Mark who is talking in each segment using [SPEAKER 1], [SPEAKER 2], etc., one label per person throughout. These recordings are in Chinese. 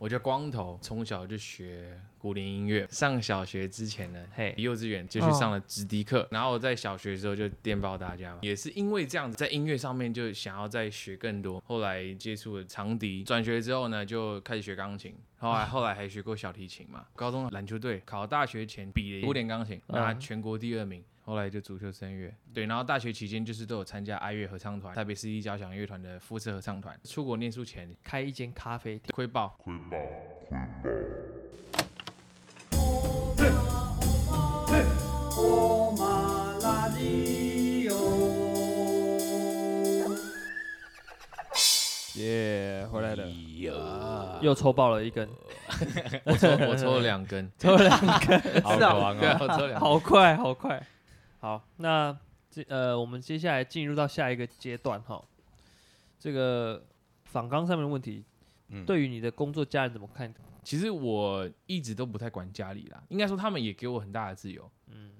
[SPEAKER 1] 我就光头，从小就学古典音乐。上小学之前呢，
[SPEAKER 2] 嘿
[SPEAKER 1] 幼稚园就去上了直笛课，然后我在小学的时候就电报大家嘛，也是因为这样子，在音乐上面就想要再学更多。后来接触了长笛，转学之后呢，就开始学钢琴，后 来后来还学过小提琴嘛。高中篮球队考大学前比了古典钢琴，
[SPEAKER 2] 嗯
[SPEAKER 1] 拿全国第二名。后来就足球声乐，对，然后大学期间就是都有参加爱乐合唱团、台北市立交响乐团的肤色合唱团。出国念书前
[SPEAKER 2] 开一间咖啡店，
[SPEAKER 1] 亏爆，
[SPEAKER 2] 耶、回来了，
[SPEAKER 1] 呀，
[SPEAKER 2] 又抽爆了一根，
[SPEAKER 1] 啊 我抽我抽 了两根，
[SPEAKER 2] 抽了两根，
[SPEAKER 3] 哎
[SPEAKER 4] 好
[SPEAKER 2] 是啊
[SPEAKER 4] 狂
[SPEAKER 1] 对
[SPEAKER 4] 哦！
[SPEAKER 1] 啊，我抽两根。
[SPEAKER 2] 好快，好快。好，那这呃，我们接下来进入到下一个阶段哈。这个访纲上面的问题，
[SPEAKER 4] 嗯
[SPEAKER 2] 对于你的工作家人怎么看？
[SPEAKER 1] 其实我一直都不太管家里啦，应该说他们也给我很大的自由，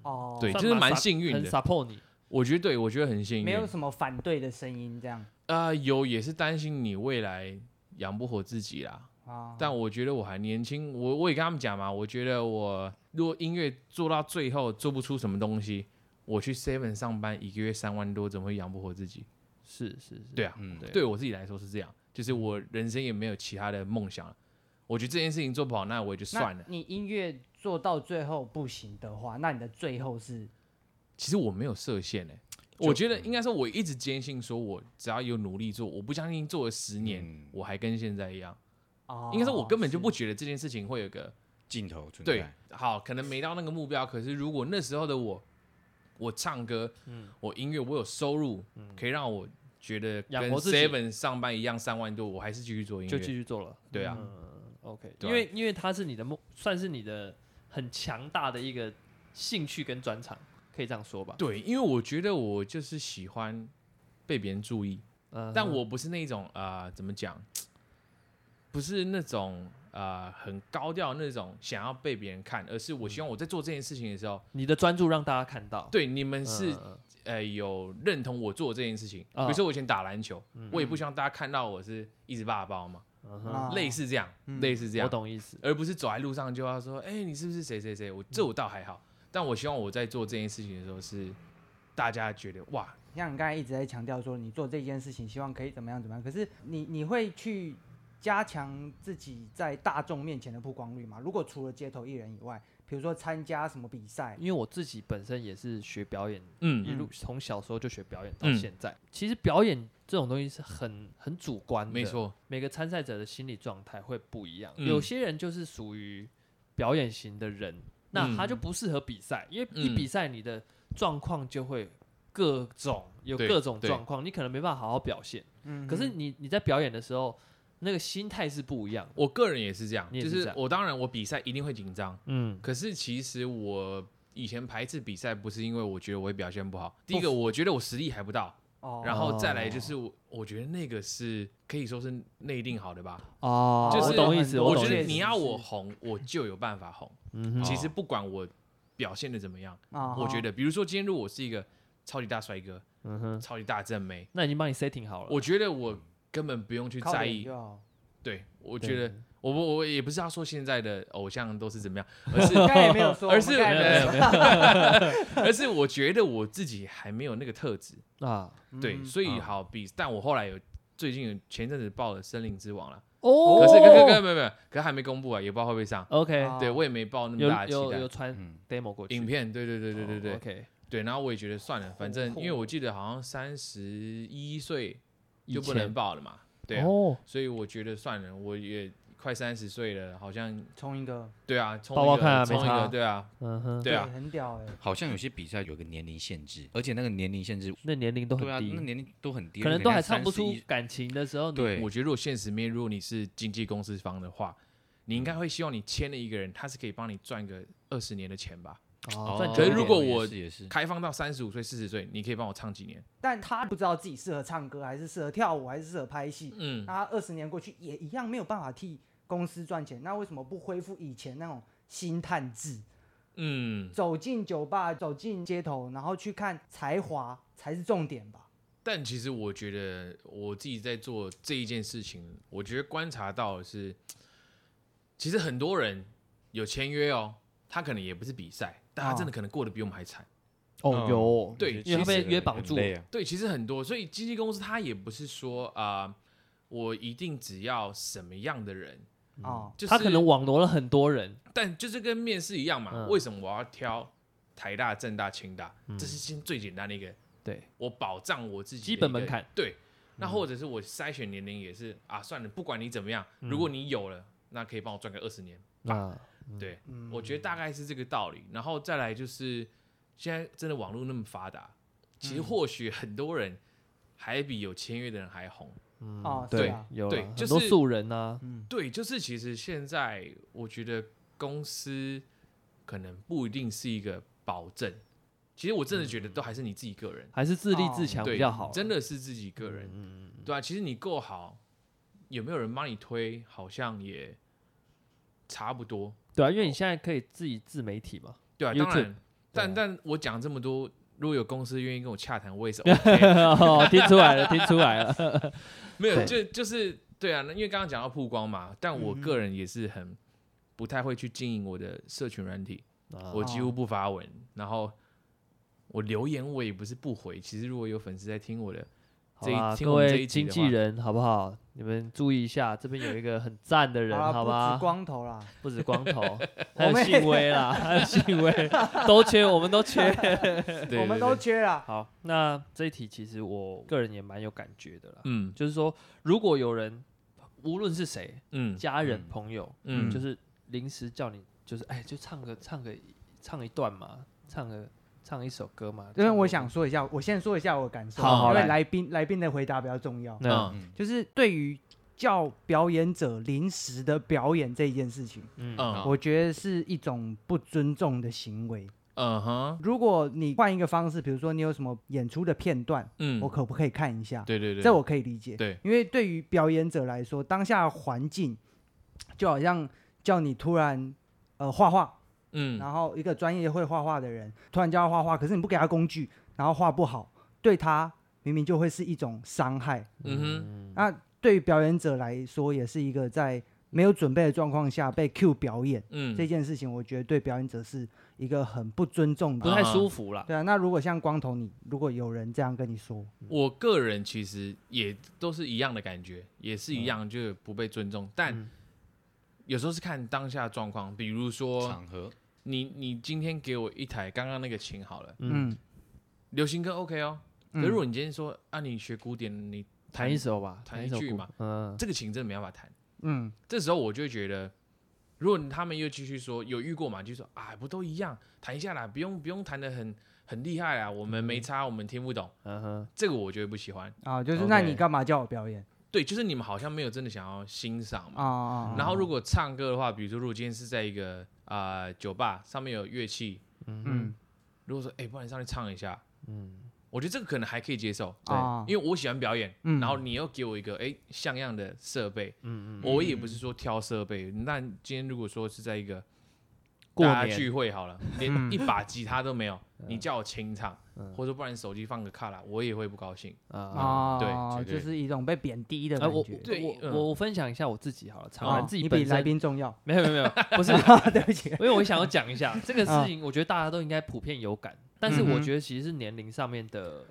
[SPEAKER 3] 哦，
[SPEAKER 1] 对，
[SPEAKER 2] 算
[SPEAKER 1] 就是
[SPEAKER 2] 蛮
[SPEAKER 1] 蛮
[SPEAKER 2] sup-
[SPEAKER 1] 幸运
[SPEAKER 2] 很
[SPEAKER 1] 的。
[SPEAKER 2] support 你，
[SPEAKER 1] 我觉得对，我觉得很幸
[SPEAKER 3] 没有
[SPEAKER 1] 运。
[SPEAKER 3] 什么反对的声音这样
[SPEAKER 1] 啊，有也是担心你未来养不活自己啦，
[SPEAKER 3] 啊。
[SPEAKER 1] 但我觉得我还年轻，我我也跟他们讲嘛，我觉得我如果音乐做到最后做不出什么东西，我去 Seven 上班一个月三万多，怎么会养不活自己？
[SPEAKER 2] 是是是，
[SPEAKER 1] 对啊，
[SPEAKER 4] 嗯，
[SPEAKER 2] 对
[SPEAKER 1] 对我自己来说是这样，就是我人生也没有其他的梦想了。我觉得这件事情做不好，那我也就算了
[SPEAKER 3] 那。你音乐做到最后不行的话，那你的最后是
[SPEAKER 1] 其实我没有设限诶、
[SPEAKER 4] 就
[SPEAKER 1] 我觉
[SPEAKER 2] 嗯
[SPEAKER 1] 得应该说，我一直坚信说，我只要有努力做，我不相信做了十年、
[SPEAKER 4] 嗯
[SPEAKER 1] 我还跟现在一样。
[SPEAKER 3] 哦，
[SPEAKER 1] 应该说，我根本就是不觉得这件事情会有个
[SPEAKER 4] 镜头存
[SPEAKER 1] 对
[SPEAKER 4] 在，，
[SPEAKER 1] 好，可能没到那个目标，可是如果那时候的我，我唱歌，
[SPEAKER 2] 嗯
[SPEAKER 1] 我音乐，我有收入，可以让我觉得
[SPEAKER 2] 养
[SPEAKER 1] 跟
[SPEAKER 2] 活自己
[SPEAKER 1] Seven 上班一样三万多，我还是继续做音
[SPEAKER 2] 就继
[SPEAKER 1] 乐。
[SPEAKER 2] 续做了。
[SPEAKER 1] 对
[SPEAKER 3] 哦
[SPEAKER 1] 啊，
[SPEAKER 2] 嗯，OK，
[SPEAKER 1] 对啊
[SPEAKER 2] 因为因为它是你的梦，算是你的很强大的一个兴趣跟专长，可以这样说吧。
[SPEAKER 1] 对，因为我觉得我就是喜欢被别人注意，
[SPEAKER 2] 嗯
[SPEAKER 1] 但
[SPEAKER 2] 哼
[SPEAKER 1] 我不是那种啊、呃怎么讲，不是那种啊、呃很高调那种想要被别人看，而是我希望
[SPEAKER 2] 嗯
[SPEAKER 1] 我在做这件事情的时候，
[SPEAKER 2] 你的专注让大家看到，
[SPEAKER 1] 对你们
[SPEAKER 2] 嗯，
[SPEAKER 1] 是、
[SPEAKER 2] 嗯
[SPEAKER 1] 呃有认同我做这件事情。比
[SPEAKER 2] 啊
[SPEAKER 1] 如说我以前打篮球，我也不希望大家看到我是一直霸包嘛，
[SPEAKER 2] 嗯哼
[SPEAKER 3] 啊
[SPEAKER 1] 类似这样，类似这
[SPEAKER 2] 嗯我
[SPEAKER 1] 样，
[SPEAKER 2] 懂意思。
[SPEAKER 1] 而不是走在路上就要说，哎、你是不是谁谁谁？
[SPEAKER 2] 嗯
[SPEAKER 1] 我这我倒还好，但我希望我在做这件事情的时候是大家觉得哇，
[SPEAKER 3] 像你刚才一直在强调说，你做这件事情希望可以怎么样怎么样，可是你你会去加强自己在大众面前的曝光率吗？如果除了街头艺人以外，比如说参加什么比赛，
[SPEAKER 2] 因为我自己本身也是学表演，一
[SPEAKER 1] 嗯，
[SPEAKER 2] 路从小时候就学表演到
[SPEAKER 1] 嗯
[SPEAKER 2] 现在。其实表演这种东西是很很主观的，
[SPEAKER 1] 没，错，
[SPEAKER 2] 每个参赛者的心理状态会不一样。
[SPEAKER 1] 嗯
[SPEAKER 2] 有些人就是属于表演型的人，那他就不适合比赛，因为一
[SPEAKER 1] 嗯
[SPEAKER 2] 比赛你的状况就会各种有
[SPEAKER 1] 对
[SPEAKER 2] 各种
[SPEAKER 1] 对
[SPEAKER 2] 状况，你可能没办法好好表现。
[SPEAKER 3] 嗯
[SPEAKER 2] 可是
[SPEAKER 3] 哼
[SPEAKER 2] 你你在表演的时候，那个心态是不一样的。
[SPEAKER 1] 我个人也是这样，
[SPEAKER 2] 你也
[SPEAKER 1] 就是
[SPEAKER 2] 这
[SPEAKER 1] 是
[SPEAKER 2] 样
[SPEAKER 1] 我当然我比赛一定会紧张，
[SPEAKER 2] 嗯，
[SPEAKER 1] 可是其实我以前排斥比赛，不是因为我觉得我会表现不好，第一个我觉得我实力还不到，
[SPEAKER 3] 哦，
[SPEAKER 1] 然后再来就是我我觉得那个是可以说是内定好的吧。
[SPEAKER 2] 哦，
[SPEAKER 1] 就是
[SPEAKER 2] 我懂意思，
[SPEAKER 3] 有很多
[SPEAKER 1] 我
[SPEAKER 2] 懂
[SPEAKER 1] 觉
[SPEAKER 2] 意
[SPEAKER 1] 得
[SPEAKER 2] 思。
[SPEAKER 1] 你要我红，我就有办法红。
[SPEAKER 2] 嗯哼
[SPEAKER 1] 其实不管我表现的怎么样，
[SPEAKER 3] 啊
[SPEAKER 1] 我
[SPEAKER 3] 哈
[SPEAKER 1] 觉得比如说今天如果我是一个超级大帅哥、
[SPEAKER 2] 哦嗯哼，
[SPEAKER 1] 超级大正妹，
[SPEAKER 2] 那已经帮你 setting 好了。
[SPEAKER 1] 我觉得我根本不用去
[SPEAKER 3] 靠
[SPEAKER 1] 在
[SPEAKER 3] 脸
[SPEAKER 1] 意
[SPEAKER 3] 就。好
[SPEAKER 1] 对，我
[SPEAKER 2] 我
[SPEAKER 1] 觉得我我我也不是要说现在的偶像都是怎么 样，而是
[SPEAKER 3] 刚才也 没有说，
[SPEAKER 1] 而是
[SPEAKER 3] 我们刚才没有说
[SPEAKER 1] 而是我觉得我自己还没有那个特质，
[SPEAKER 2] 啊，
[SPEAKER 1] 对，
[SPEAKER 3] 嗯
[SPEAKER 1] 所以
[SPEAKER 4] 嗯
[SPEAKER 1] 好比，但我后来有最近有前阵子报了《森林之王》了，
[SPEAKER 2] 哦
[SPEAKER 1] 可是可可可没有没有，可是还没公布啊，也不知道会不会上。
[SPEAKER 2] OK，
[SPEAKER 3] 啊
[SPEAKER 1] 对我也没抱那么
[SPEAKER 2] 有
[SPEAKER 1] 大的
[SPEAKER 2] 有
[SPEAKER 1] 期
[SPEAKER 2] 有
[SPEAKER 1] 待。
[SPEAKER 2] 传
[SPEAKER 4] 嗯，
[SPEAKER 2] demo 过去，
[SPEAKER 1] 影片，对对对对对
[SPEAKER 2] 哦
[SPEAKER 1] 对
[SPEAKER 2] ，OK，哦
[SPEAKER 1] 对，然后我也觉得算了，反正因为我记得好像三十一岁就不
[SPEAKER 2] 以前
[SPEAKER 1] 能报了嘛，对啊，
[SPEAKER 2] 哦，
[SPEAKER 1] 所以我觉得算了，我也快三十岁了，好像
[SPEAKER 3] 冲一个，
[SPEAKER 1] 对啊，冲
[SPEAKER 2] 报
[SPEAKER 1] 一
[SPEAKER 2] 报
[SPEAKER 1] 个
[SPEAKER 2] 看啊
[SPEAKER 1] 冲
[SPEAKER 2] 没
[SPEAKER 1] 一
[SPEAKER 2] 差
[SPEAKER 1] 个，
[SPEAKER 2] 啊
[SPEAKER 1] 对啊，
[SPEAKER 2] 嗯哼，
[SPEAKER 1] 对啊，
[SPEAKER 3] 很屌哎，
[SPEAKER 4] 好像有些比赛有个年龄限制，而且那个年龄限制，
[SPEAKER 2] 那年龄都很
[SPEAKER 4] 对啊，
[SPEAKER 2] 低
[SPEAKER 4] 那，年龄都很低，
[SPEAKER 2] 可能都还唱不
[SPEAKER 4] 31
[SPEAKER 2] 出感情的时候，你，
[SPEAKER 4] 对，
[SPEAKER 1] 我觉得如果现实面，如果你是经纪公司方的话，你应该会希望你签了一个人，他是可以帮你赚个二十年的钱吧？
[SPEAKER 2] 哦
[SPEAKER 4] 哦，
[SPEAKER 2] 赚
[SPEAKER 1] 可
[SPEAKER 2] 久
[SPEAKER 1] 是
[SPEAKER 2] 一
[SPEAKER 1] 如
[SPEAKER 2] 点
[SPEAKER 1] 果
[SPEAKER 4] 也
[SPEAKER 1] 我
[SPEAKER 4] 是也是，
[SPEAKER 1] 开放到三十五岁、四十岁，你可以帮我唱几年？
[SPEAKER 3] 但他不知道自己适合唱歌，还是适合跳舞，还是适合拍戏，
[SPEAKER 1] 嗯，
[SPEAKER 3] 那他二十年过去也一样没有办法替公司赚钱，那为什么不恢复以前那种星探制？
[SPEAKER 1] 嗯，
[SPEAKER 3] 走进酒吧，走进街头，然后去看才华才是重点吧？
[SPEAKER 1] 但其实我觉得我自己在做这一件事情，我觉得观察到的是，其实很多人有签约哦，他可能也不是比赛，但他
[SPEAKER 3] 哦
[SPEAKER 1] 真的可能过得比我们还惨。
[SPEAKER 2] 哦，有哦
[SPEAKER 1] 嗯对
[SPEAKER 4] 我觉得
[SPEAKER 2] 因为他被
[SPEAKER 4] 其实
[SPEAKER 2] 约绑住
[SPEAKER 4] 很累啊
[SPEAKER 1] 对，其实很多，所以经纪公司他也不是说啊、呃我一定只要什么样的人，
[SPEAKER 3] 哦，
[SPEAKER 1] 就是
[SPEAKER 2] 他可能网罗了很多人，
[SPEAKER 1] 但就是跟面试一样嘛，
[SPEAKER 2] 嗯
[SPEAKER 1] 为什么我要挑台大、政大、清大？这是先最简单的一个，
[SPEAKER 2] 对
[SPEAKER 1] 我保障我自己
[SPEAKER 2] 基
[SPEAKER 1] 的
[SPEAKER 2] 本
[SPEAKER 1] 一个
[SPEAKER 2] 门槛。嗯
[SPEAKER 1] 对，那或者是我筛选年龄也是啊，算了，不管你怎么样，
[SPEAKER 2] 嗯
[SPEAKER 1] 如果你有了，那可以帮我赚个二十年。
[SPEAKER 2] 啊，
[SPEAKER 1] 对，
[SPEAKER 3] 嗯
[SPEAKER 1] 我觉得大概是这个道理。然后再来就是，现在真的网络那么发达，其
[SPEAKER 2] 嗯
[SPEAKER 1] 实或许很多人还比有签约的人还红。
[SPEAKER 3] 哦，是
[SPEAKER 2] 嗯对
[SPEAKER 3] 啊，
[SPEAKER 2] 有啦
[SPEAKER 1] 对
[SPEAKER 2] 很
[SPEAKER 1] 就
[SPEAKER 2] 多
[SPEAKER 1] 是
[SPEAKER 2] 素人啊呐，
[SPEAKER 3] 嗯，
[SPEAKER 1] 对，就是其实现在我觉得公司可能不一定是一个保证。其实我真的觉得
[SPEAKER 2] 嗯
[SPEAKER 1] 都还是你自己个人，
[SPEAKER 2] 还是自立
[SPEAKER 3] 哦
[SPEAKER 2] 自强
[SPEAKER 1] 对，
[SPEAKER 2] 比较好。
[SPEAKER 1] 真的是自己个人，
[SPEAKER 2] 嗯
[SPEAKER 1] 对啊，其实你够好，有没有人帮你推，好像也差不多，
[SPEAKER 2] 对啊，因为你现在可以自己自媒体嘛。
[SPEAKER 1] 对啊，
[SPEAKER 2] YouTube，
[SPEAKER 1] 当然，但
[SPEAKER 2] 啊
[SPEAKER 1] 但我讲这么多，如果有公司愿意跟我洽谈，我 也是 OK，
[SPEAKER 2] 哦，听出 来了，听出来了。
[SPEAKER 1] 没有，
[SPEAKER 2] 对嗯
[SPEAKER 1] 就就是对啊，那因为刚刚讲到曝光嘛，但我个人也是很不太会去经营我的社群软体，
[SPEAKER 2] 啊
[SPEAKER 1] 我
[SPEAKER 3] 哦
[SPEAKER 1] 几乎不发文，然后我留言我也不是不回，其实如果有粉丝在听我的，
[SPEAKER 2] 好
[SPEAKER 1] 这一
[SPEAKER 2] 吧，
[SPEAKER 1] 听
[SPEAKER 2] 各
[SPEAKER 1] 我们这
[SPEAKER 2] 位
[SPEAKER 1] 一集
[SPEAKER 2] 经
[SPEAKER 1] 的
[SPEAKER 2] 纪
[SPEAKER 1] 话
[SPEAKER 2] 人好不好？你们注意一下，这边有一个很赞的人，
[SPEAKER 3] 好
[SPEAKER 2] 好
[SPEAKER 3] 啦，不
[SPEAKER 2] 吧
[SPEAKER 3] 止？光头啦，
[SPEAKER 2] 不止光头，还有
[SPEAKER 3] 我们也
[SPEAKER 2] 信威啦，还有信威，都缺，我们都缺。
[SPEAKER 1] 对
[SPEAKER 3] 我们
[SPEAKER 1] 对
[SPEAKER 3] 都
[SPEAKER 1] 对
[SPEAKER 3] 缺啦。
[SPEAKER 2] 好，那这一题其实我个人也蛮有感觉的啦，
[SPEAKER 1] 嗯
[SPEAKER 2] 就是说，如果有人，无论是谁，
[SPEAKER 1] 嗯
[SPEAKER 2] 家人、
[SPEAKER 4] 嗯
[SPEAKER 2] 朋友，
[SPEAKER 1] 嗯，
[SPEAKER 2] 就是临时叫你，就是哎，就唱个唱个唱一段嘛，唱个唱一首歌嘛。
[SPEAKER 3] 因为
[SPEAKER 2] 唱
[SPEAKER 3] 我
[SPEAKER 2] 个
[SPEAKER 3] 想，说一下，我先说一下我的感受，
[SPEAKER 2] 好好
[SPEAKER 3] 因为
[SPEAKER 2] 来
[SPEAKER 3] 来宾来宾的回答比较重要。
[SPEAKER 2] 那
[SPEAKER 1] 嗯
[SPEAKER 3] 就是对于叫表演者临时的表演这件事情，
[SPEAKER 2] 嗯
[SPEAKER 1] 嗯
[SPEAKER 3] 我觉得是一种不尊重的行为。
[SPEAKER 1] 嗯哼
[SPEAKER 3] 如果你换一个方式，比如说你有什么演出的片段，
[SPEAKER 1] 嗯
[SPEAKER 3] 我，可不可以看一下？
[SPEAKER 1] 对对对，
[SPEAKER 3] 这我可以理解，
[SPEAKER 1] 对
[SPEAKER 3] 因为对于表演者来说，当下环境就好像叫你突然呃画画，
[SPEAKER 1] 嗯
[SPEAKER 3] 然后一个专业会画画的人突然叫他画画，可是你不给他工具，然后画不好，对他明明就会是一种伤害。
[SPEAKER 1] 嗯哼
[SPEAKER 3] 那对于表演者来说，也是一个在没有准备的状况下被 Q 表演、
[SPEAKER 1] 嗯
[SPEAKER 3] 这件事情，我觉得对表演者是一个很不尊重
[SPEAKER 2] 不
[SPEAKER 3] 的。
[SPEAKER 2] 太舒服啦。
[SPEAKER 3] 对啊，那如果像光头你，如果有人这样跟你说，
[SPEAKER 1] 我个人其实也都是一样的感觉，也是
[SPEAKER 3] 嗯
[SPEAKER 1] 一样，就是不被尊重。但有时候是看当下状况，比如说
[SPEAKER 4] 场合，
[SPEAKER 1] 你你今天给我一台刚刚那个琴好了，
[SPEAKER 2] 嗯
[SPEAKER 3] 嗯，
[SPEAKER 1] 流行歌 OK 哦。可
[SPEAKER 3] 嗯
[SPEAKER 1] 是如果你今天说啊，你学古典，你
[SPEAKER 2] 弹一首吧，
[SPEAKER 1] 弹
[SPEAKER 2] 弹
[SPEAKER 1] 一
[SPEAKER 2] 首
[SPEAKER 1] 句
[SPEAKER 2] 古
[SPEAKER 1] 嘛。
[SPEAKER 2] 嗯，
[SPEAKER 1] 这个琴真的没办法弹。
[SPEAKER 3] 嗯，
[SPEAKER 1] 这时候我就会觉得，如果他们又继续说有遇过嘛，就说啊不都一样，弹一下啦，不用不用弹的很很厉害啦，我们没差，我们听不懂，
[SPEAKER 2] 嗯哼，
[SPEAKER 1] 这个我就会不喜欢。
[SPEAKER 3] 啊，就是那
[SPEAKER 2] OK
[SPEAKER 3] 你干嘛叫我表演
[SPEAKER 1] 对，就是你们好像没有真的想要欣赏
[SPEAKER 3] 啊
[SPEAKER 1] 嘛。
[SPEAKER 3] 啊？啊
[SPEAKER 1] 嗯然后如果唱歌的话，比如说如果今天是在一个啊、呃酒吧上面有乐器，
[SPEAKER 3] 嗯
[SPEAKER 1] 如果说哎、不然上去唱一下，嗯，我觉得这个可能还可以接受，
[SPEAKER 2] 对
[SPEAKER 3] 啊，
[SPEAKER 1] 因为我喜欢表演，
[SPEAKER 3] 嗯
[SPEAKER 1] 然后你又给我一个哎、像样的设备，嗯嗯，我也不是说挑设备，那今天如果说是在一个
[SPEAKER 2] 过
[SPEAKER 1] 大家
[SPEAKER 2] 年
[SPEAKER 1] 聚会好 了，连
[SPEAKER 3] 嗯
[SPEAKER 1] 一把吉他都没有，你叫我清唱，或者说不然手机放个卡拉，我也会不高兴，
[SPEAKER 2] 啊。
[SPEAKER 3] 啊，
[SPEAKER 1] 对绝
[SPEAKER 3] 就
[SPEAKER 1] 对
[SPEAKER 3] 是一种被贬低的
[SPEAKER 2] 哎，
[SPEAKER 3] 感
[SPEAKER 2] 我
[SPEAKER 3] 觉。
[SPEAKER 1] 对
[SPEAKER 2] 我
[SPEAKER 1] 嗯
[SPEAKER 2] 我我分享一下我自己好了，
[SPEAKER 3] 啊
[SPEAKER 2] 常然自己
[SPEAKER 3] 你比
[SPEAKER 2] 本
[SPEAKER 3] 来
[SPEAKER 2] 身
[SPEAKER 3] 宾重要，
[SPEAKER 2] 没有没有没有，不是，
[SPEAKER 3] 对不起。
[SPEAKER 2] 因为我想要讲一 下这个事
[SPEAKER 3] 啊
[SPEAKER 2] 情，我觉得大家都应该普遍有感，但是
[SPEAKER 3] 嗯
[SPEAKER 2] 我
[SPEAKER 3] 哼
[SPEAKER 2] 觉得其实是年龄上面的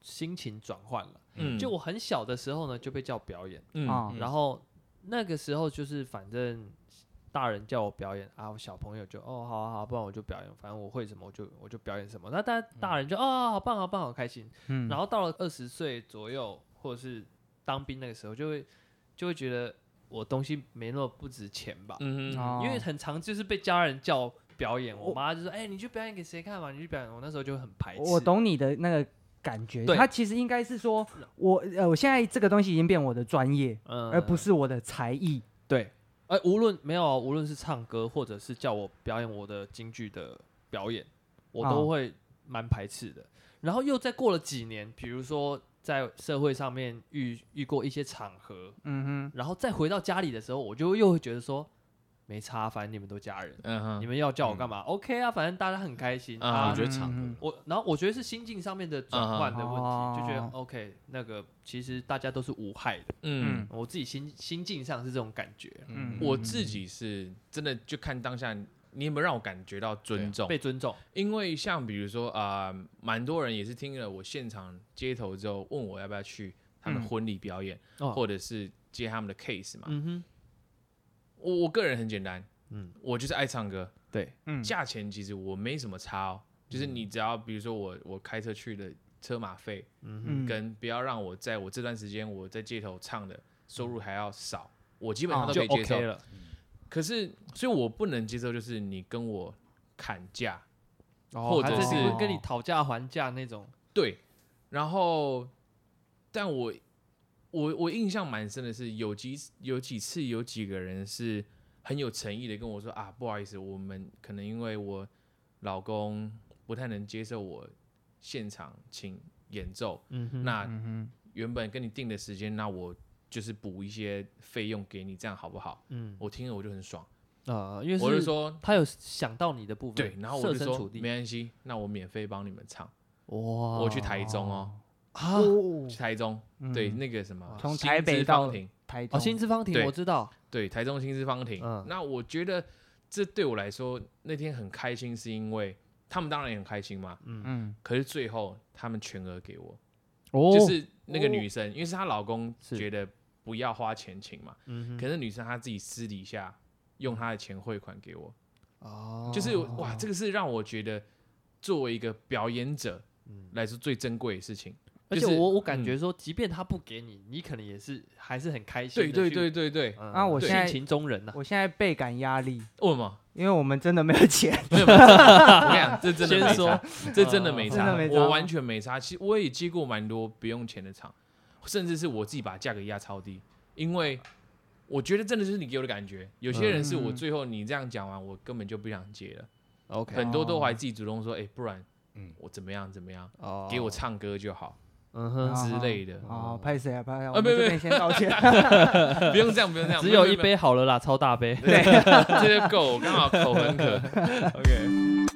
[SPEAKER 2] 心情转换了。
[SPEAKER 1] 嗯，
[SPEAKER 2] 就我很小的时候呢，就被叫表演，
[SPEAKER 1] 嗯
[SPEAKER 3] 啊
[SPEAKER 4] 嗯
[SPEAKER 2] 然后那个时候就是反正大人叫我表演啊，我小朋友就哦好啊好啊，不然我就表演，反正我会什么我就我就表演什么。那大大人就哦好棒好棒好开心。
[SPEAKER 3] 嗯
[SPEAKER 2] 然后到了二十岁左右，或者是当兵那个时候，就会就会觉得我东西没那么不值钱吧，
[SPEAKER 1] 嗯哼
[SPEAKER 3] 哦
[SPEAKER 2] 因为很常就是被家人叫表演，我
[SPEAKER 3] 我
[SPEAKER 2] 妈就说哎、你去表演给谁看嘛，你去表演。我那时候就很排斥。
[SPEAKER 3] 我懂你的那个感觉，
[SPEAKER 2] 对
[SPEAKER 3] 他其实应该是说，我呃，我现在这个东西已经变我的专业，
[SPEAKER 2] 嗯，
[SPEAKER 3] 而哎不是我的才艺。
[SPEAKER 2] 对，呃，无论没有，无论是唱歌或者是叫我表演我的京剧的表演，我
[SPEAKER 3] 啊
[SPEAKER 2] 都会蛮排斥的。然后又再过了几年，比如说在社会上面遇遇过一些场合，
[SPEAKER 3] 嗯
[SPEAKER 2] 然后再回到家里的时候，我就又会觉得说，没差，啊反正你们都家人，
[SPEAKER 1] 嗯
[SPEAKER 2] 你
[SPEAKER 1] 哼，
[SPEAKER 2] 们要叫我干嘛、o k 啊，反正大家很开心。
[SPEAKER 1] 嗯
[SPEAKER 2] 啊
[SPEAKER 4] 我觉得场合
[SPEAKER 3] 嗯
[SPEAKER 2] 我然后我觉得是心境上面的转换的问题，
[SPEAKER 3] 嗯
[SPEAKER 2] 就觉
[SPEAKER 3] 哦
[SPEAKER 2] 得 OK，那个其实大家都是无害的，
[SPEAKER 1] 嗯，
[SPEAKER 2] 我自己心心境上是这种感觉，
[SPEAKER 3] 嗯
[SPEAKER 1] 我自己是真的就看当下，你有没有让我感觉到尊重？
[SPEAKER 2] 被尊重，
[SPEAKER 1] 因为像比如说啊，呃蛮、多人也是听了我现场街头之后，问我要不要去他们
[SPEAKER 3] 嗯
[SPEAKER 1] 婚礼表演，
[SPEAKER 2] 哦
[SPEAKER 1] 或者是接他们的 case 嘛。
[SPEAKER 2] 嗯哼，
[SPEAKER 1] 我我个人很简单，
[SPEAKER 2] 嗯
[SPEAKER 1] 我就是爱唱歌，
[SPEAKER 2] 对，
[SPEAKER 3] 嗯
[SPEAKER 1] 价钱其实我没什么差哦，就是
[SPEAKER 2] 嗯
[SPEAKER 1] 你只要比如说我我开车去的车马费，
[SPEAKER 3] 嗯
[SPEAKER 1] 跟不要让我在我这段时间我在街头唱的收入还要少，我基本上都
[SPEAKER 3] 哦
[SPEAKER 2] 嗯就
[SPEAKER 1] 可以接受。
[SPEAKER 2] OK 了，
[SPEAKER 1] 可是，所以我不能接受就是你跟我砍价，
[SPEAKER 2] 哦
[SPEAKER 1] 或者
[SPEAKER 2] 还是
[SPEAKER 1] 是
[SPEAKER 2] 会跟你讨价还价那种，
[SPEAKER 1] 对，然后，但我我我印象蛮深的是，有几有几次有几个人是很有诚意的跟我说啊，不好意思，我们可能因为我老公不太能接受我现场请演奏，
[SPEAKER 2] 嗯哼，
[SPEAKER 1] 那
[SPEAKER 3] 嗯哼
[SPEAKER 1] 原本跟你定的时间，那我就是补一些费用给你，这样好不好？
[SPEAKER 2] 嗯
[SPEAKER 1] 我听了我就很爽，
[SPEAKER 2] 啊、因为
[SPEAKER 1] 我就是说。
[SPEAKER 2] 他有想到你的部分，
[SPEAKER 1] 对，然后我
[SPEAKER 2] 设
[SPEAKER 1] 就
[SPEAKER 2] 身处
[SPEAKER 1] 说
[SPEAKER 2] 地，
[SPEAKER 1] 没关系，那我免费帮你们唱。
[SPEAKER 2] 哇，
[SPEAKER 1] 我去台中哦，
[SPEAKER 2] 啊，
[SPEAKER 3] 哦
[SPEAKER 1] 去台中，对
[SPEAKER 3] 嗯
[SPEAKER 1] 那个什么，
[SPEAKER 3] 从
[SPEAKER 1] 新
[SPEAKER 3] 台北
[SPEAKER 1] 知
[SPEAKER 3] 到
[SPEAKER 1] 芳庭，
[SPEAKER 3] 台
[SPEAKER 2] 哦，
[SPEAKER 3] 中
[SPEAKER 2] 新之方庭
[SPEAKER 1] 对
[SPEAKER 2] 我知道，
[SPEAKER 1] 对，台中新之芳庭。
[SPEAKER 2] 嗯
[SPEAKER 1] 那我觉得这对我来说那天很开心，是因为他们当然也很开心嘛。
[SPEAKER 3] 嗯
[SPEAKER 1] 可是最后他们全额给我，
[SPEAKER 2] 哦
[SPEAKER 1] 就是那个女生，因为是她老公
[SPEAKER 2] 是
[SPEAKER 1] 觉得不要花钱请嘛，
[SPEAKER 2] 嗯
[SPEAKER 1] 可是女生她自己私底下用她的钱汇款给我，
[SPEAKER 2] 哼，哦，
[SPEAKER 1] 就是哇，这个是让我觉得作为一个表演者
[SPEAKER 2] 嗯
[SPEAKER 1] 来说最珍贵的事情。
[SPEAKER 2] 而且
[SPEAKER 1] 就是嗯
[SPEAKER 2] 我我感觉说，即便他不给你，你可能也是还是很开心
[SPEAKER 1] 对
[SPEAKER 2] 的。
[SPEAKER 1] 对对，对对，
[SPEAKER 2] 嗯、
[SPEAKER 3] 啊我
[SPEAKER 2] 对
[SPEAKER 3] 现在
[SPEAKER 2] 性情中人呐、
[SPEAKER 3] 我现在倍感压力，
[SPEAKER 1] 为什么？
[SPEAKER 3] 因为我们真的没有钱。
[SPEAKER 1] 没有，没有我跟你讲，这真的
[SPEAKER 2] 先
[SPEAKER 1] 没差
[SPEAKER 2] 说，嗯
[SPEAKER 1] 这真的没
[SPEAKER 3] 真
[SPEAKER 1] 差
[SPEAKER 3] 的，没差
[SPEAKER 1] 我完全没差。其实我也接过蛮多不用钱的场，甚至是我自己把价格压超低，因为我觉得真的就是你给我的感觉。有些人是我
[SPEAKER 3] 嗯
[SPEAKER 1] 最后你这样讲完，我根本就不想接了。
[SPEAKER 2] OK，
[SPEAKER 1] 很多都还自己主动说，哎，不然，
[SPEAKER 4] 嗯
[SPEAKER 1] 我怎么样怎么样，
[SPEAKER 2] 哦
[SPEAKER 1] 给我，唱歌就好
[SPEAKER 2] 嗯哼，
[SPEAKER 1] 之类的。
[SPEAKER 3] 哦，拍谁啊？拍谁啊？我
[SPEAKER 1] 没
[SPEAKER 3] 们
[SPEAKER 1] 有
[SPEAKER 3] 这边先道歉。
[SPEAKER 1] 不用这样，不用这样，
[SPEAKER 2] 只
[SPEAKER 1] 没
[SPEAKER 2] 有
[SPEAKER 1] 没
[SPEAKER 2] 一杯好了啦，超大杯。
[SPEAKER 1] 对， 这就够，我刚好口很渴。OK，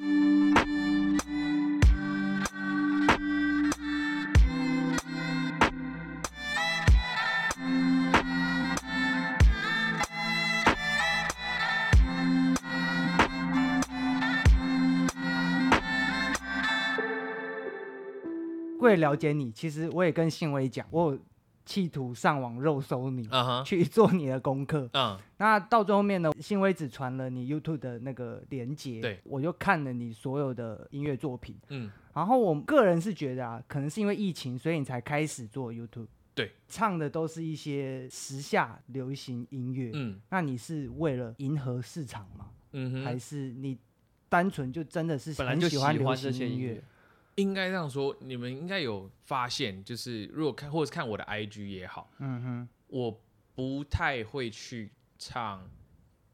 [SPEAKER 3] 为了了解你，其实我也跟信威讲，我有企图上网肉搜你，
[SPEAKER 1] 啊哈，
[SPEAKER 3] 去做你的功课。
[SPEAKER 1] 嗯
[SPEAKER 3] 那到最后面呢，信威只传了你 YouTube 的那个连接，
[SPEAKER 1] 对，
[SPEAKER 3] 我就看了你所有的音乐作品。
[SPEAKER 1] 嗯，
[SPEAKER 3] 然后我个人是觉得啊，可能是因为疫情，所以你才开始做 YouTube。
[SPEAKER 1] 对，
[SPEAKER 3] 唱的都是一些时下流行音乐。
[SPEAKER 1] 嗯
[SPEAKER 3] 那你是为了迎合市场吗？
[SPEAKER 1] 嗯哼，
[SPEAKER 3] 还是你单纯就真的是
[SPEAKER 2] 本来
[SPEAKER 3] 很
[SPEAKER 2] 就
[SPEAKER 3] 喜
[SPEAKER 2] 喜
[SPEAKER 3] 欢
[SPEAKER 2] 欢
[SPEAKER 3] 流
[SPEAKER 2] 这些
[SPEAKER 3] 行音
[SPEAKER 2] 音
[SPEAKER 3] 乐
[SPEAKER 2] 乐？
[SPEAKER 1] 应该这样说，你们应该有发现，就是如果看或者是看我的 IG 也好，
[SPEAKER 3] 嗯哼，
[SPEAKER 1] 我不太会去唱，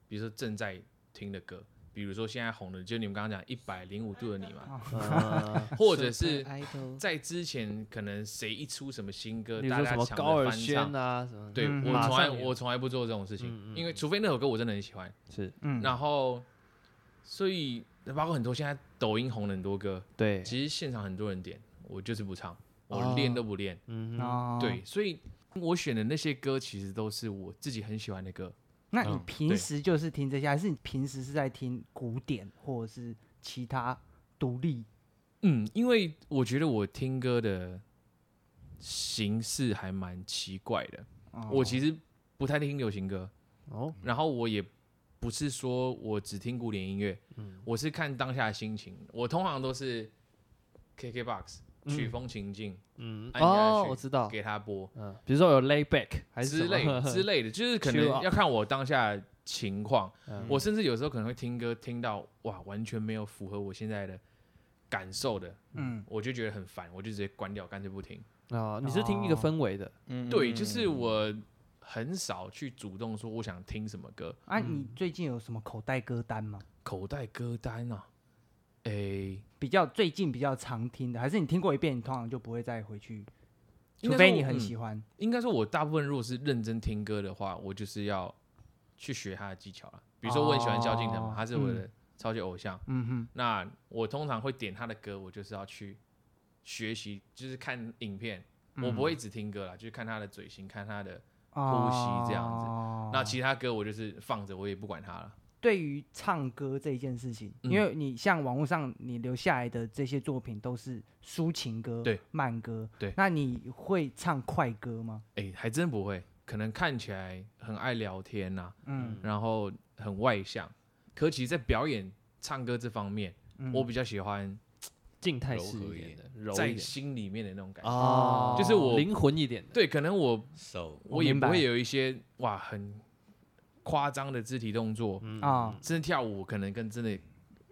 [SPEAKER 1] 比如说正在听的歌，比如说现在红的，就你们刚刚讲一百零五度的你嘛，
[SPEAKER 2] 嗯
[SPEAKER 1] 或者是
[SPEAKER 3] idol
[SPEAKER 1] 在之前可能谁一出什么新歌，
[SPEAKER 2] 你
[SPEAKER 1] 大
[SPEAKER 2] 说
[SPEAKER 1] 家
[SPEAKER 2] 什
[SPEAKER 1] 抢着
[SPEAKER 2] 么高尔
[SPEAKER 1] 翻
[SPEAKER 2] 宣
[SPEAKER 1] 唱。
[SPEAKER 2] 啊，什么？
[SPEAKER 1] 对
[SPEAKER 3] 嗯
[SPEAKER 1] 我
[SPEAKER 2] 马
[SPEAKER 1] 从来
[SPEAKER 2] 上有
[SPEAKER 1] 我从来不做这种事情，
[SPEAKER 2] 嗯嗯
[SPEAKER 1] 因为除非那首歌我真的很喜欢，
[SPEAKER 2] 是，
[SPEAKER 3] 嗯
[SPEAKER 1] 然后所以包括很多现在抖音红的很多歌，
[SPEAKER 2] 对，
[SPEAKER 1] 其实现场很多人点，我就是不唱，
[SPEAKER 2] 哦
[SPEAKER 1] 我练都不练。
[SPEAKER 2] 嗯哼，
[SPEAKER 3] 哦，
[SPEAKER 1] 对，，所以我选的那些歌其实都是我自己很喜欢的歌。
[SPEAKER 3] 那你
[SPEAKER 1] 嗯
[SPEAKER 3] 平
[SPEAKER 1] 对
[SPEAKER 3] 时就是听这些，还是你平时是在听古典或者是其他独立？
[SPEAKER 1] 嗯，因为我觉得我听歌的形式还蛮奇怪的。我其实不太听流行歌，
[SPEAKER 2] 哦，
[SPEAKER 1] 然后我也不是说我只听古典音乐，
[SPEAKER 2] 嗯
[SPEAKER 1] 我是看当下的心情。我通常都是 KKBOX 曲风情境、
[SPEAKER 2] 嗯，
[SPEAKER 1] 按下
[SPEAKER 2] 哦，
[SPEAKER 1] 去
[SPEAKER 2] 我知道，
[SPEAKER 1] 给他播
[SPEAKER 2] 嗯，比如说有 layback 还是
[SPEAKER 1] 之
[SPEAKER 2] 什么
[SPEAKER 1] 类 之类的，就是可
[SPEAKER 2] Chill
[SPEAKER 1] 能
[SPEAKER 2] out
[SPEAKER 1] 要看我当下的情况。
[SPEAKER 2] 嗯
[SPEAKER 1] 我甚至有时候可能会听歌听到哇，完全没有符合我现在的感受的，
[SPEAKER 3] 嗯，
[SPEAKER 1] 我就觉得很烦，我就直接关掉，干脆不听。
[SPEAKER 2] 啊，你是听一个
[SPEAKER 3] 哦
[SPEAKER 2] 氛围的，
[SPEAKER 1] 对，就是我很少去主动说我想听什么歌，
[SPEAKER 3] 啊，你
[SPEAKER 1] 嗯
[SPEAKER 3] 最近有什么口袋歌单吗？
[SPEAKER 1] 口袋歌单啊，诶、
[SPEAKER 3] 比较最近比较常听的，还是你听过一遍，你通常就不会再回去，
[SPEAKER 1] 应
[SPEAKER 3] 除
[SPEAKER 1] 该
[SPEAKER 3] 非
[SPEAKER 1] 说
[SPEAKER 3] 你
[SPEAKER 1] 嗯
[SPEAKER 3] 很喜欢。
[SPEAKER 1] 应该说我大部分如果是认真听歌的话，我就是要去学他的技巧了。比如说我很喜欢萧敬腾嘛
[SPEAKER 3] 哦，
[SPEAKER 1] 他是我的超级偶像，
[SPEAKER 3] 嗯哼，
[SPEAKER 1] 那我通常会点他的歌，我就是要去学习，就是看影片，我
[SPEAKER 3] 嗯
[SPEAKER 1] 不会只听歌啦，就是看他的嘴型，看他的。嗯呼吸这样子
[SPEAKER 3] 哦
[SPEAKER 1] 那其他歌我就是放着，我也不管它了。
[SPEAKER 3] 对于唱歌这一件事情，
[SPEAKER 1] 嗯
[SPEAKER 3] 因为你像网络上你留下来的这些作品都是抒情歌、
[SPEAKER 1] 对
[SPEAKER 3] 慢歌，
[SPEAKER 1] 对
[SPEAKER 3] 那你会唱快歌吗？
[SPEAKER 1] 哎、还真不会，可能看起来很爱聊天呐、
[SPEAKER 3] 嗯，
[SPEAKER 1] 然后很外向，可其实在表演唱歌这方面，
[SPEAKER 3] 嗯
[SPEAKER 1] 我比较喜欢
[SPEAKER 2] 静态
[SPEAKER 4] 柔
[SPEAKER 2] 式
[SPEAKER 4] 和
[SPEAKER 2] 一
[SPEAKER 4] 一
[SPEAKER 2] 点
[SPEAKER 4] 点
[SPEAKER 2] 的，柔一
[SPEAKER 1] 在
[SPEAKER 2] 点
[SPEAKER 1] 心里面的那种感觉。
[SPEAKER 3] 嗯
[SPEAKER 2] 哦，
[SPEAKER 1] 就是我
[SPEAKER 2] 灵魂一点的，
[SPEAKER 1] 对，可能我
[SPEAKER 4] So，
[SPEAKER 1] 我也
[SPEAKER 3] 明
[SPEAKER 1] 不
[SPEAKER 3] 白
[SPEAKER 1] 会有一些哇很夸张的肢体动作，
[SPEAKER 2] 嗯
[SPEAKER 3] 啊
[SPEAKER 1] 真的跳舞可能跟真的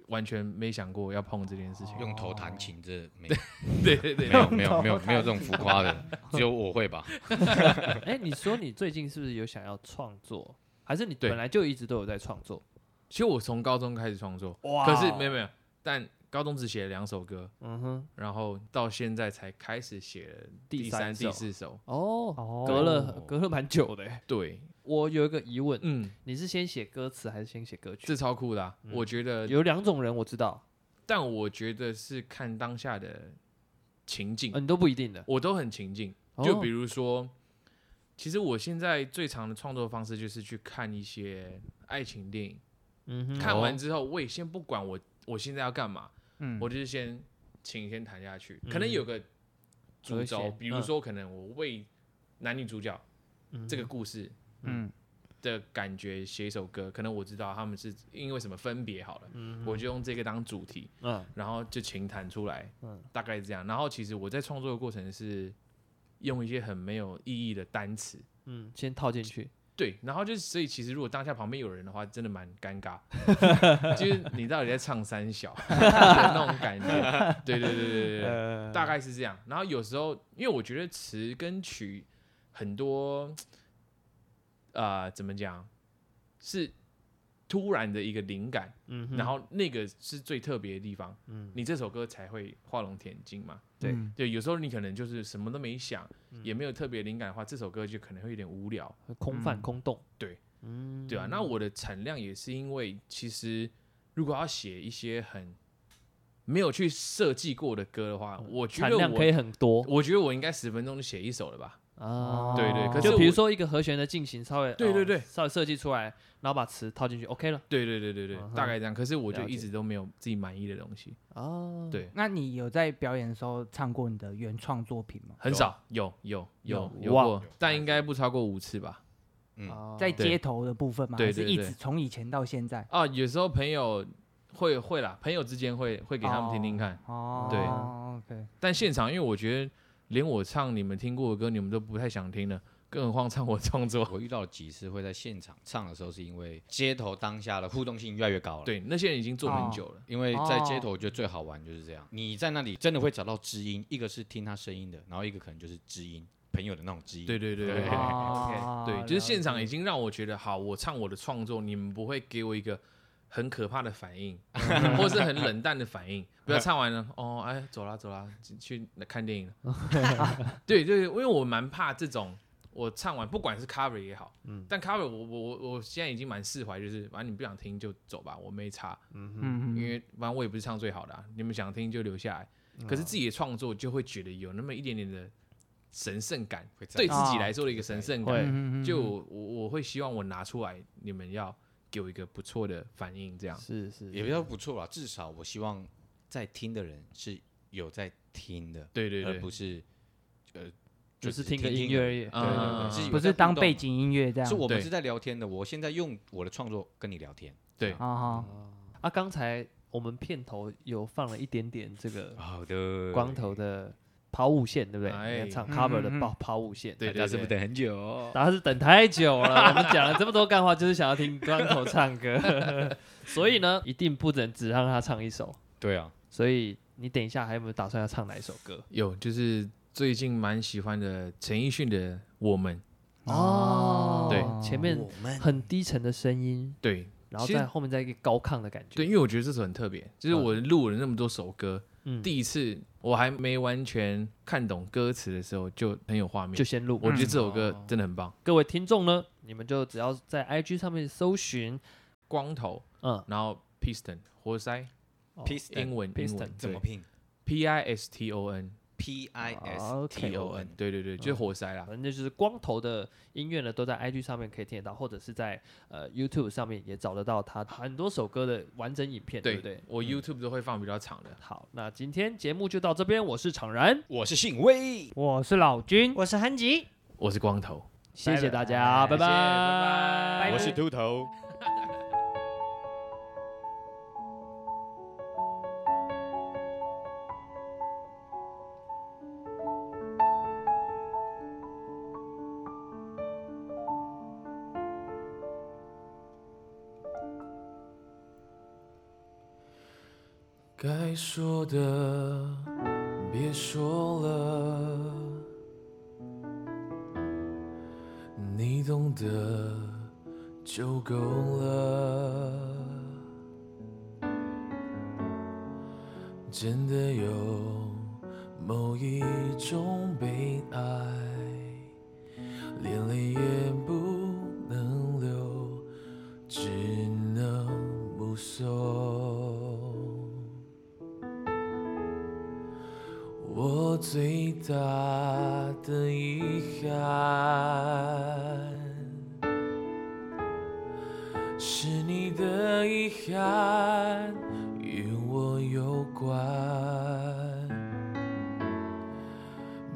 [SPEAKER 1] 完全没想过要碰这件事情。
[SPEAKER 4] 用头弹琴这没
[SPEAKER 1] 对对对
[SPEAKER 4] 没有没有没有没有这种浮 夸的，只有我会吧？
[SPEAKER 2] 哎，你说你最近是不是有想要创作，还是你
[SPEAKER 1] 对
[SPEAKER 2] 本来就一直都有在创作？
[SPEAKER 1] 其实我从高中开始创作，
[SPEAKER 2] 哇哦
[SPEAKER 1] 可是没有没有，但高中只写了两首歌，
[SPEAKER 2] 嗯哼，
[SPEAKER 1] 然后到现在才开始写了
[SPEAKER 2] 第
[SPEAKER 1] 第三、
[SPEAKER 2] 首
[SPEAKER 1] 第四首。
[SPEAKER 2] 哦，隔了隔了蛮久的。
[SPEAKER 1] 对，
[SPEAKER 2] 我有一个疑问，
[SPEAKER 1] 嗯，
[SPEAKER 2] 你是先写歌词还是先写歌曲
[SPEAKER 1] 这？超酷的啊、我觉得，
[SPEAKER 2] 有两种人我知道，
[SPEAKER 1] 但我觉得是看当下的情境，
[SPEAKER 2] 呃，你都不一定的。哦
[SPEAKER 1] 我都很情境。嗯就比如说，其实我现在最常的创作方式就是去看一些爱情电影，
[SPEAKER 2] 如
[SPEAKER 1] 看完之后，我也先不管我我现在要干嘛，
[SPEAKER 3] 嗯
[SPEAKER 1] 我就是先情先谈下去，可能有个主
[SPEAKER 2] 嗯和
[SPEAKER 1] 轴
[SPEAKER 2] 谐，
[SPEAKER 1] 比如
[SPEAKER 2] 嗯
[SPEAKER 1] 说可能我为男女主角这个故事
[SPEAKER 3] 嗯
[SPEAKER 1] 的感觉写一首歌，可能我知道他们是因为什么分别好了，我就用这个当主题，
[SPEAKER 2] 嗯
[SPEAKER 1] 然后就情弹出来，
[SPEAKER 2] 嗯
[SPEAKER 1] 大概是这样。然后其实我在创作的过程是用一些很没有意义的单词。
[SPEAKER 2] 嗯，先套进去，
[SPEAKER 1] 对，然后就是，所以其实如果当下旁边有人的话，真的蛮尴 尬，就是你到底在唱三小 那种感觉，对对对对对对，
[SPEAKER 2] 呃
[SPEAKER 1] 大概是这样。然后有时候，因为我觉得词跟曲很多，呃，怎么讲，是突然的一个灵感，
[SPEAKER 2] 嗯
[SPEAKER 1] 然后那个是最特别的地方，你这首歌才会画龙点睛嘛。
[SPEAKER 2] 对嗯
[SPEAKER 3] 嗯
[SPEAKER 1] 对，有时候你可能就是什么都没想，也没有特别灵感的话，这首歌就可能会有点无聊。
[SPEAKER 2] 空泛空洞，
[SPEAKER 1] 对，
[SPEAKER 2] 嗯，
[SPEAKER 1] 对啊，那我的产量也是因为，其实如果要写一些很没有去设计过的歌的话，我觉
[SPEAKER 2] 嗯产
[SPEAKER 1] 得
[SPEAKER 2] 量可以
[SPEAKER 1] 我
[SPEAKER 2] 很多
[SPEAKER 1] 我觉得我应该十分钟就写一首了吧？
[SPEAKER 2] 啊。
[SPEAKER 1] 对对，可是
[SPEAKER 2] 就比如
[SPEAKER 1] 我，
[SPEAKER 2] 说一个和弦的进行，稍微
[SPEAKER 1] 对对对
[SPEAKER 2] 哦稍微设计出来，然后把词套进去，OK 了
[SPEAKER 1] 对对对对对
[SPEAKER 2] 嗯，哼
[SPEAKER 1] 大概这样。可是我
[SPEAKER 2] 了
[SPEAKER 1] 就
[SPEAKER 2] 解
[SPEAKER 1] 一直都没有自己满意的东西，
[SPEAKER 2] 哦。
[SPEAKER 1] 对，
[SPEAKER 3] 那你有在表演的时候唱过你的原创作品吗？
[SPEAKER 1] 很少，有有有
[SPEAKER 2] 有
[SPEAKER 1] 有
[SPEAKER 2] 哇
[SPEAKER 1] 过，但应该不超过五次吧？
[SPEAKER 4] 嗯
[SPEAKER 2] 哦
[SPEAKER 3] 在
[SPEAKER 1] 对
[SPEAKER 3] 街头的部分吗？
[SPEAKER 1] 对
[SPEAKER 3] 还是
[SPEAKER 1] 对
[SPEAKER 3] 一
[SPEAKER 1] 对
[SPEAKER 3] 直从以前到现在？
[SPEAKER 1] 啊，有时候朋友会会啦，朋友之间会会给他们听听看，
[SPEAKER 3] 哦，
[SPEAKER 1] 对
[SPEAKER 3] ，OK，
[SPEAKER 1] 但现场因为我觉得连我唱你们听过的歌，你们都不太想听了，更何况唱我创作。
[SPEAKER 4] 我遇到几次会在现场唱的时候，是因为街头当下的互动性越来越高了。，
[SPEAKER 1] 对，那些人已经做很久了。
[SPEAKER 4] 因为在
[SPEAKER 3] 哦
[SPEAKER 4] 街头，我觉得最好玩就是这样，你在那里真的会找到知音，一个是听他声音的，然后一个可能就是知音朋友的那种知音。
[SPEAKER 1] 对对对对
[SPEAKER 4] 对
[SPEAKER 1] 对
[SPEAKER 3] 哦
[SPEAKER 1] 对，就是现场已
[SPEAKER 3] 了解
[SPEAKER 1] 经让我觉得，好，我唱我的创作，你们不会给我一个很可怕的反 应，或是很冷淡的反应。不要唱完了，哦，哎，走啦走啦，去去看电影 了。对对，对因为我蛮怕这种，我唱完不管是 cover 也好，
[SPEAKER 3] 嗯
[SPEAKER 1] 但 cover 我我我我现在已经蛮释怀，就是反正你不想听就走吧，我没差，
[SPEAKER 3] 嗯
[SPEAKER 1] 因为反正我也不是唱最好的、啊，你们想听就留下来。可是自己的创作就会觉得有那么一点点的神圣感，
[SPEAKER 4] 会在
[SPEAKER 1] 对
[SPEAKER 4] 意
[SPEAKER 1] 自己来说的一个神圣感
[SPEAKER 2] 会。
[SPEAKER 3] 嗯嗯
[SPEAKER 1] 就我我会希望我拿出来，你们要给我一个不错的反应，这样。
[SPEAKER 2] 是是，
[SPEAKER 4] 也比较不错啦。至少我希望在听的人是有在听的，
[SPEAKER 1] 对对
[SPEAKER 4] 而
[SPEAKER 1] 对
[SPEAKER 4] 不是呃，
[SPEAKER 2] 只是听个
[SPEAKER 4] 听
[SPEAKER 2] 音乐而已。
[SPEAKER 4] 而已。对对
[SPEAKER 1] 嗯
[SPEAKER 4] 对，是有
[SPEAKER 3] 不
[SPEAKER 4] 在
[SPEAKER 3] 是
[SPEAKER 4] 互
[SPEAKER 3] 当
[SPEAKER 4] 动
[SPEAKER 3] 背
[SPEAKER 4] 的，
[SPEAKER 3] 景音乐这样
[SPEAKER 4] 是。我们
[SPEAKER 1] 对
[SPEAKER 4] 是在聊天的。我现在用我的创作跟你聊天。
[SPEAKER 1] 对，
[SPEAKER 3] 哦好，
[SPEAKER 2] 啊，刚才我们片头有放了一点点这个
[SPEAKER 4] 好的
[SPEAKER 2] 光头的抛物线，对不对？
[SPEAKER 1] 哎
[SPEAKER 2] 你要唱 cover 的
[SPEAKER 3] 嗯嗯嗯
[SPEAKER 2] 抛抛物线。
[SPEAKER 1] 对
[SPEAKER 4] 大家是不是等很久哦？
[SPEAKER 2] 大家是等太久了，我们讲了这么多干话，就是想要听光头唱歌， 所以呢，一定不能只让他唱一首。
[SPEAKER 4] 对啊，
[SPEAKER 2] 所以你等一下还有没有打算要唱哪一首歌？
[SPEAKER 1] 有就是最近蛮喜欢的陈奕迅的《我们》，
[SPEAKER 2] 哦
[SPEAKER 1] 对
[SPEAKER 2] 前面
[SPEAKER 4] 们
[SPEAKER 2] 很低沉的声音，
[SPEAKER 1] 对
[SPEAKER 2] 然后
[SPEAKER 1] 其实
[SPEAKER 2] 在后面再一个高亢的感觉。
[SPEAKER 1] 对，因为我觉得这首很特别，就是我录了那么多首歌，
[SPEAKER 2] 嗯，
[SPEAKER 5] 第一次我还没完全看懂歌词的时候，就很有画面
[SPEAKER 2] 就。先录。
[SPEAKER 5] 我觉
[SPEAKER 1] 嗯
[SPEAKER 5] 得这首歌
[SPEAKER 4] 哦
[SPEAKER 5] 真的很棒，
[SPEAKER 2] 各位听众呢，你们就只要在 IG 上面搜寻，
[SPEAKER 5] 光头，
[SPEAKER 2] 嗯，
[SPEAKER 5] 然后 piston 活塞，
[SPEAKER 2] 哦
[SPEAKER 4] piston
[SPEAKER 5] 英文
[SPEAKER 2] piston，
[SPEAKER 5] 英文
[SPEAKER 4] 怎么
[SPEAKER 5] 对
[SPEAKER 4] 拼
[SPEAKER 5] P I S T O N
[SPEAKER 4] ？P I S T
[SPEAKER 2] OK
[SPEAKER 4] O N。
[SPEAKER 5] 对对对，就是活塞啦
[SPEAKER 2] 反。正就是光头的音乐呢，都在 IG 上面可以听得到，或者是在呃 YouTube 上面也找得到他很多首歌的完整影片，对不对？
[SPEAKER 5] 我 YouTube 都会放比较长的。
[SPEAKER 2] 好，那今天节目就到这边，我是常然，
[SPEAKER 4] 我是信威，
[SPEAKER 3] 我是老君，
[SPEAKER 6] 我是韩吉，
[SPEAKER 5] 我是光头。
[SPEAKER 2] 谢谢大家，
[SPEAKER 5] 拜
[SPEAKER 2] 拜
[SPEAKER 5] 拜拜拜
[SPEAKER 4] 我是秃头。
[SPEAKER 5] 该说的别说了，你懂得就够了。真的有某一种悲哀，连泪也不能流，只能目送。我最大的遗憾，是你的遗憾与我有关，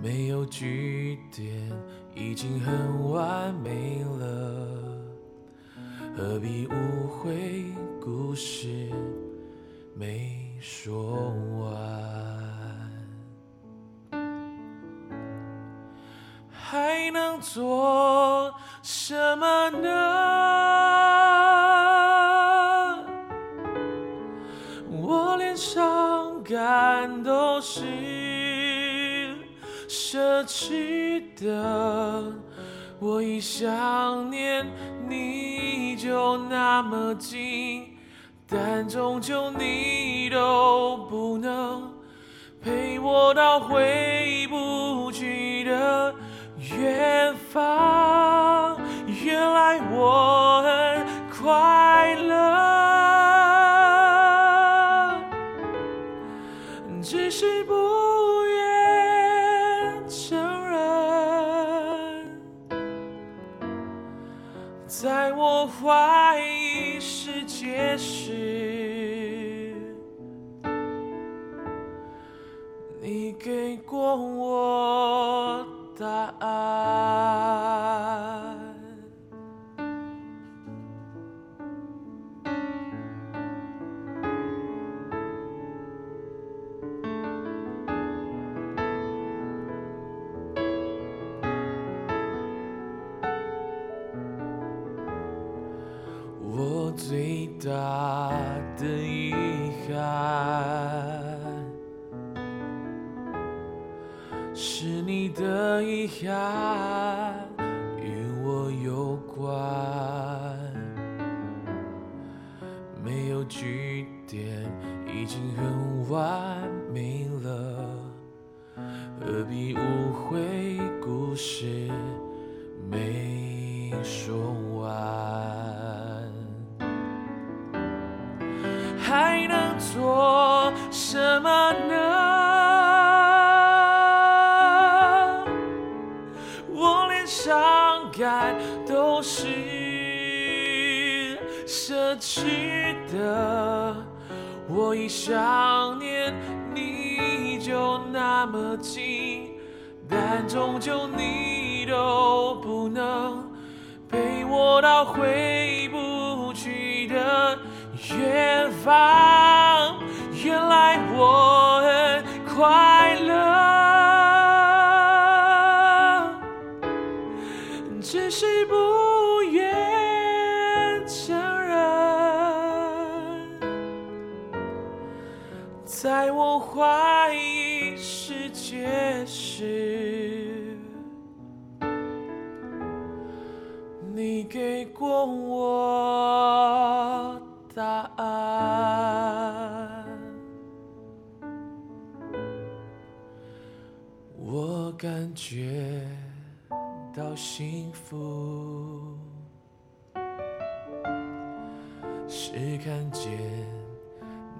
[SPEAKER 5] 没有句点，已经很完美了，何必误会故事没说完？还能做什么呢？我连伤感都是奢侈的，我一想念你就那么近，但终究你都不能陪我到回不去的远方。原来我很快乐，只是不愿承认。在我怀疑世界时，你给过我答案。我最大的遗憾。是你的遗憾与我有关，没有句点，已经很完美了，何必误会故事没说完？还能做什么呢？我连伤感都是奢侈的，我一想念你就那么近，但终究你都不能陪我到回不去的远方。原来我很快乐，只是不愿承认，在我怀疑世界时。你给过我答案。感觉到幸福，是看见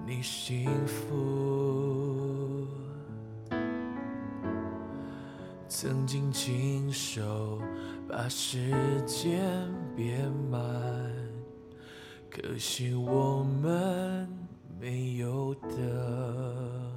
[SPEAKER 5] 你幸福。曾经亲手把时间变慢，可惜我们没有的。